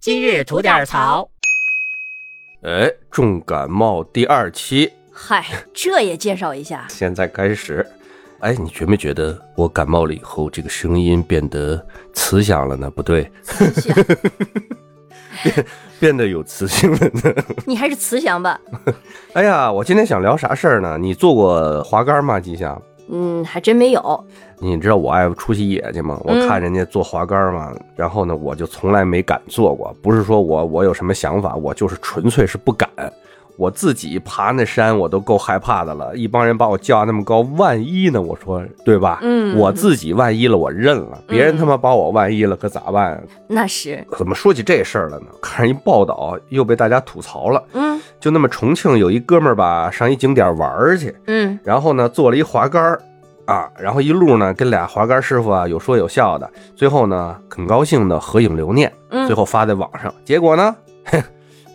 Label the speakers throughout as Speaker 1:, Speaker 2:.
Speaker 1: 今日吐点槽。
Speaker 2: 哎，重感冒第二期，。
Speaker 3: 嗨，这也介绍一下
Speaker 2: 现在开始。哎，你觉没觉得我感冒了以后，这个声音变得磁响了呢？不对，变得有磁性了呢。
Speaker 3: 你还是慈祥吧。
Speaker 2: 哎呀，我今天想聊啥事儿呢？你做过滑竿吗，吉祥？
Speaker 3: 嗯，还真没有。
Speaker 2: 你知道我爱出去野去吗？我
Speaker 3: 嗯
Speaker 2: 看人家做滑竿嘛，然后呢，我就从来没敢做过。不是说我我有什么想法，我就是纯粹是不敢。我自己爬那山我都够害怕的了，一帮人把我叫那么高，万一呢？我说对吧？
Speaker 3: 嗯
Speaker 2: 我自己万一了，我认了。别人
Speaker 3: 嗯
Speaker 2: 他妈把我万一了，可咋办啊？
Speaker 3: 那是，
Speaker 2: 怎么说起这事儿了呢？看一报道又被大家吐槽了。
Speaker 3: 嗯
Speaker 2: 就那么重庆有一哥们儿吧，上一景点玩儿去，
Speaker 3: 嗯
Speaker 2: 然后呢做了一滑竿儿啊，然后一路呢跟俩滑竿师傅啊有说有笑的，最后呢很高兴的合影留念，最
Speaker 3: 嗯，
Speaker 2: 后发在网上，结果呢， 嘿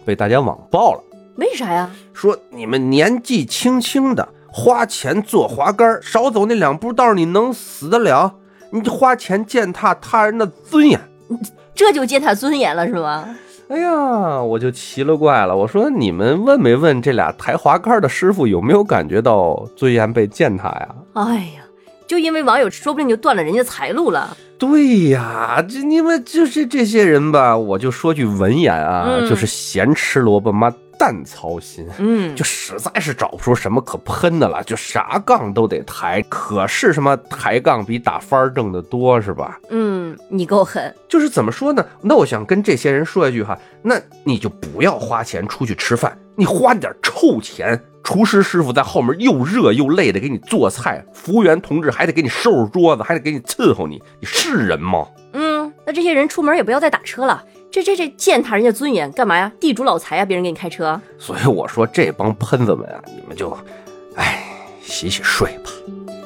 Speaker 2: 被大家网爆了，
Speaker 3: 为啥呀？
Speaker 2: 说你们年纪轻轻的花钱做滑竿儿，少走那两步道儿你能死得了？你花钱践踏他人的尊严。
Speaker 3: 这就践踏尊严了是吗？
Speaker 2: 哎呀，我就奇了怪了，我说你们问没问这俩抬滑竿儿的师傅有没有感觉到尊严被践踏呀？
Speaker 3: 哎呀，就因为网友，说不定就断了人家财路了。
Speaker 2: 对呀，这你们就是这些人吧，我就说句文言啊，
Speaker 3: 嗯
Speaker 2: 就是咸吃萝卜妈蛋操心。
Speaker 3: 嗯
Speaker 2: 就实在是找不出什么可喷的了，就啥杠都得抬，可是什么抬杠比打翻儿挣得多是吧？
Speaker 3: 嗯，你够狠。
Speaker 2: 就是怎么说呢？那我想跟这些人说一句哈，那你就不要花钱出去吃饭，你花点臭钱，厨师师傅在后面又热又累的给你做菜，服务员同志还得给你收拾桌子，还得给你伺候你，你是人吗？
Speaker 3: 嗯，那这些人出门也不要再打车了。这这这践踏人家尊严干嘛呀？地主老财呀，别人给你开车。
Speaker 2: 啊所以我说这帮喷子们啊，你们就，哎，洗洗睡吧。